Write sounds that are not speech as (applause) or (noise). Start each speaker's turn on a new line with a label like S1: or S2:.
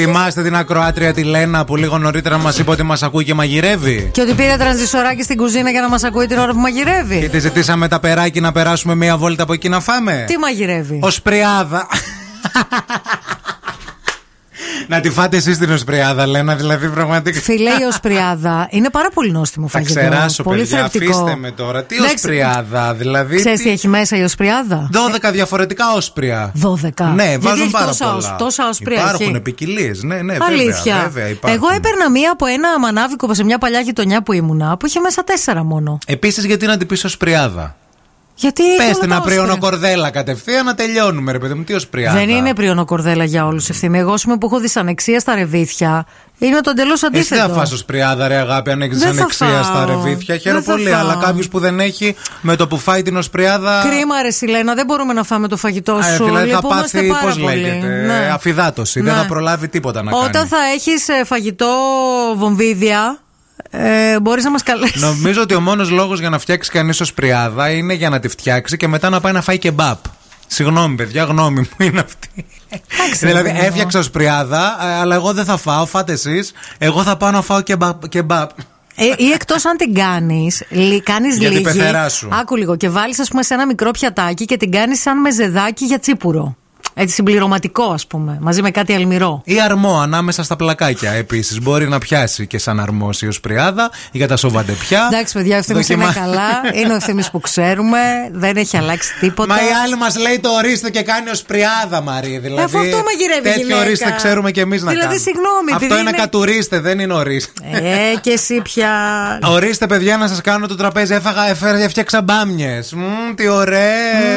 S1: Θυμάστε την ακροάτρια τη Λένα που λίγο νωρίτερα μας είπε ότι μας ακούει και μαγειρεύει.
S2: Και ότι πήρε τρανζισοράκι στην κουζίνα για να μας ακούει την ώρα που μαγειρεύει.
S1: Και τη ζητήσαμε τα περάκι να περάσουμε μία βόλτα από εκεί να φάμε.
S2: Τι μαγειρεύει.
S1: Ως πριάδα. να τη φάτε εσείς την οσπριάδα, Λένα, δηλαδή πραγματικά.
S2: Φιλέ, η οσπριάδα είναι πάρα πολύ νόστιμο
S1: Θα
S2: φαγητό.
S1: ξεράσω,
S2: πολύ
S1: παιδιά.
S2: θρεπτικό.
S1: Αφήστε με τώρα. Τι
S2: Εντάξει,
S1: οσπριάδα, δηλαδή.
S2: Ξέρεις τι
S1: τι-
S2: έχει μέσα η οσπριάδα.
S1: 12 διαφορετικά όσπρια.
S2: 12.
S1: Ναι,
S2: Γιατί
S1: βάζουν
S2: έχει
S1: πάρα
S2: τόσα
S1: πολλά.
S2: ως- τόσα όσπρια
S1: Υπάρχουν
S2: έχει.
S1: ποικιλίες. Ναι, ναι, βέβαια,
S2: Αλήθεια.
S1: βέβαια, υπάρχουν.
S2: Εγώ έπαιρνα μία από ένα μανάβικο σε μια παλιά γειτονιά που ήμουνα που είχε μέσα τέσσερα μόνο.
S1: Επίσης, γιατί να την πεις οσπριάδα.
S2: Γιατί
S1: Πες
S2: είχε όλα
S1: την
S2: τα όσπρια.
S1: απριόνο κορδέλα κατευθείαν να τελειώνουμε, ρε παιδί μου. Τι ως πριάδα.
S2: Δεν είναι πριόνο κορδέλα για όλους ευθύνη. Εγώ σου που έχω δυσανεξία στα ρεβίθια. Είναι το εντελώς
S1: Εσύ
S2: αντίθετο.
S1: δεν θα φας ως πριάδα ρε αγάπη αν έχεις
S2: Δεν θα
S1: ανεξία
S2: φάω.
S1: στα ρεβίθια Χαίρομαι
S2: Δεν θα
S1: πολύ
S2: φάω.
S1: αλλά κάποιος που δεν έχει με το που φάει την ως πριάδα
S2: Κρίμα, ρε Σιλένα, δεν μπορούμε να φάμε το φαγητό
S1: ε,
S2: σου.
S1: δηλαδή θα
S2: Λυπούμαστε
S1: πάθει,
S2: πάρα
S1: πώς
S2: πολύ.
S1: λέγεται,
S2: Ναι.
S1: αφυδάτωση. Δεν
S2: Ναι.
S1: θα προλάβει τίποτα να
S2: Όταν
S1: κάνει.
S2: θα έχεις φαγητό βομβίδια, ε, μπορείς να μας καλέσεις.
S1: Νομίζω ότι ο μόνος λόγος για να φτιάξει κανείς ως πριάδα είναι για να τη φτιάξει και μετά να πάει να φάει κεμπάπ Συγγνώμη παιδιά, γνώμη μου είναι αυτή Δηλαδή
S2: παιδί μου.
S1: έφτιαξα ως πριάδα ε, αλλά εγώ δεν θα φάω, φάτε εσείς Εγώ θα πάω να φάω κεμπάπ, κεμπάπ.
S2: Ε, ή εκτός αν την κάνεις, κάνει
S1: Για την
S2: λίγη.
S1: πεθερά σου.
S2: Άκου λίγο και βάλεις, ας πούμε, σε ένα μικρό πιατάκι και την κάνεις σαν μεζεδάκι για τσίπουρο. Έτσι συμπληρωματικό, ας πούμε, μαζί με κάτι αλμυρό.
S1: Ή αρμό ανάμεσα στα πλακάκια επίσης. Μπορεί να πιάσει και σαν αρμόσιο πριάδα ή για τα σοβαντεπιά.
S2: Εντάξει, παιδιά, ο ευθύνη
S1: Δοκιμά-
S2: είναι καλά. Είναι ο ευθύνη που ξέρουμε. Δεν έχει αλλάξει
S1: (laughs)
S2: τίποτα.
S1: Μα η άλλη μας λέει το ορίστε και κάνει ως πριάδα, Μαρή. Δηλαδή,
S2: Ε, Αφού αυτό μαγειρεύει η
S1: Τέτοιο
S2: γυναίκα.
S1: ορίστε ξέρουμε και εμείς να
S2: Δηλαδή,
S1: κάνουμε.
S2: συγγνώμη,
S1: Αυτό
S2: επειδή
S1: είναι
S2: είναι-
S1: κατουρίστε, δεν είναι ορίστε.
S2: Ε, και εσύ πια.
S1: Ορίστε, παιδιά, να σας κάνω το τραπέζι. Έφαγα, έφερα, έφτιαξα μπάμιες. τι ωραίες.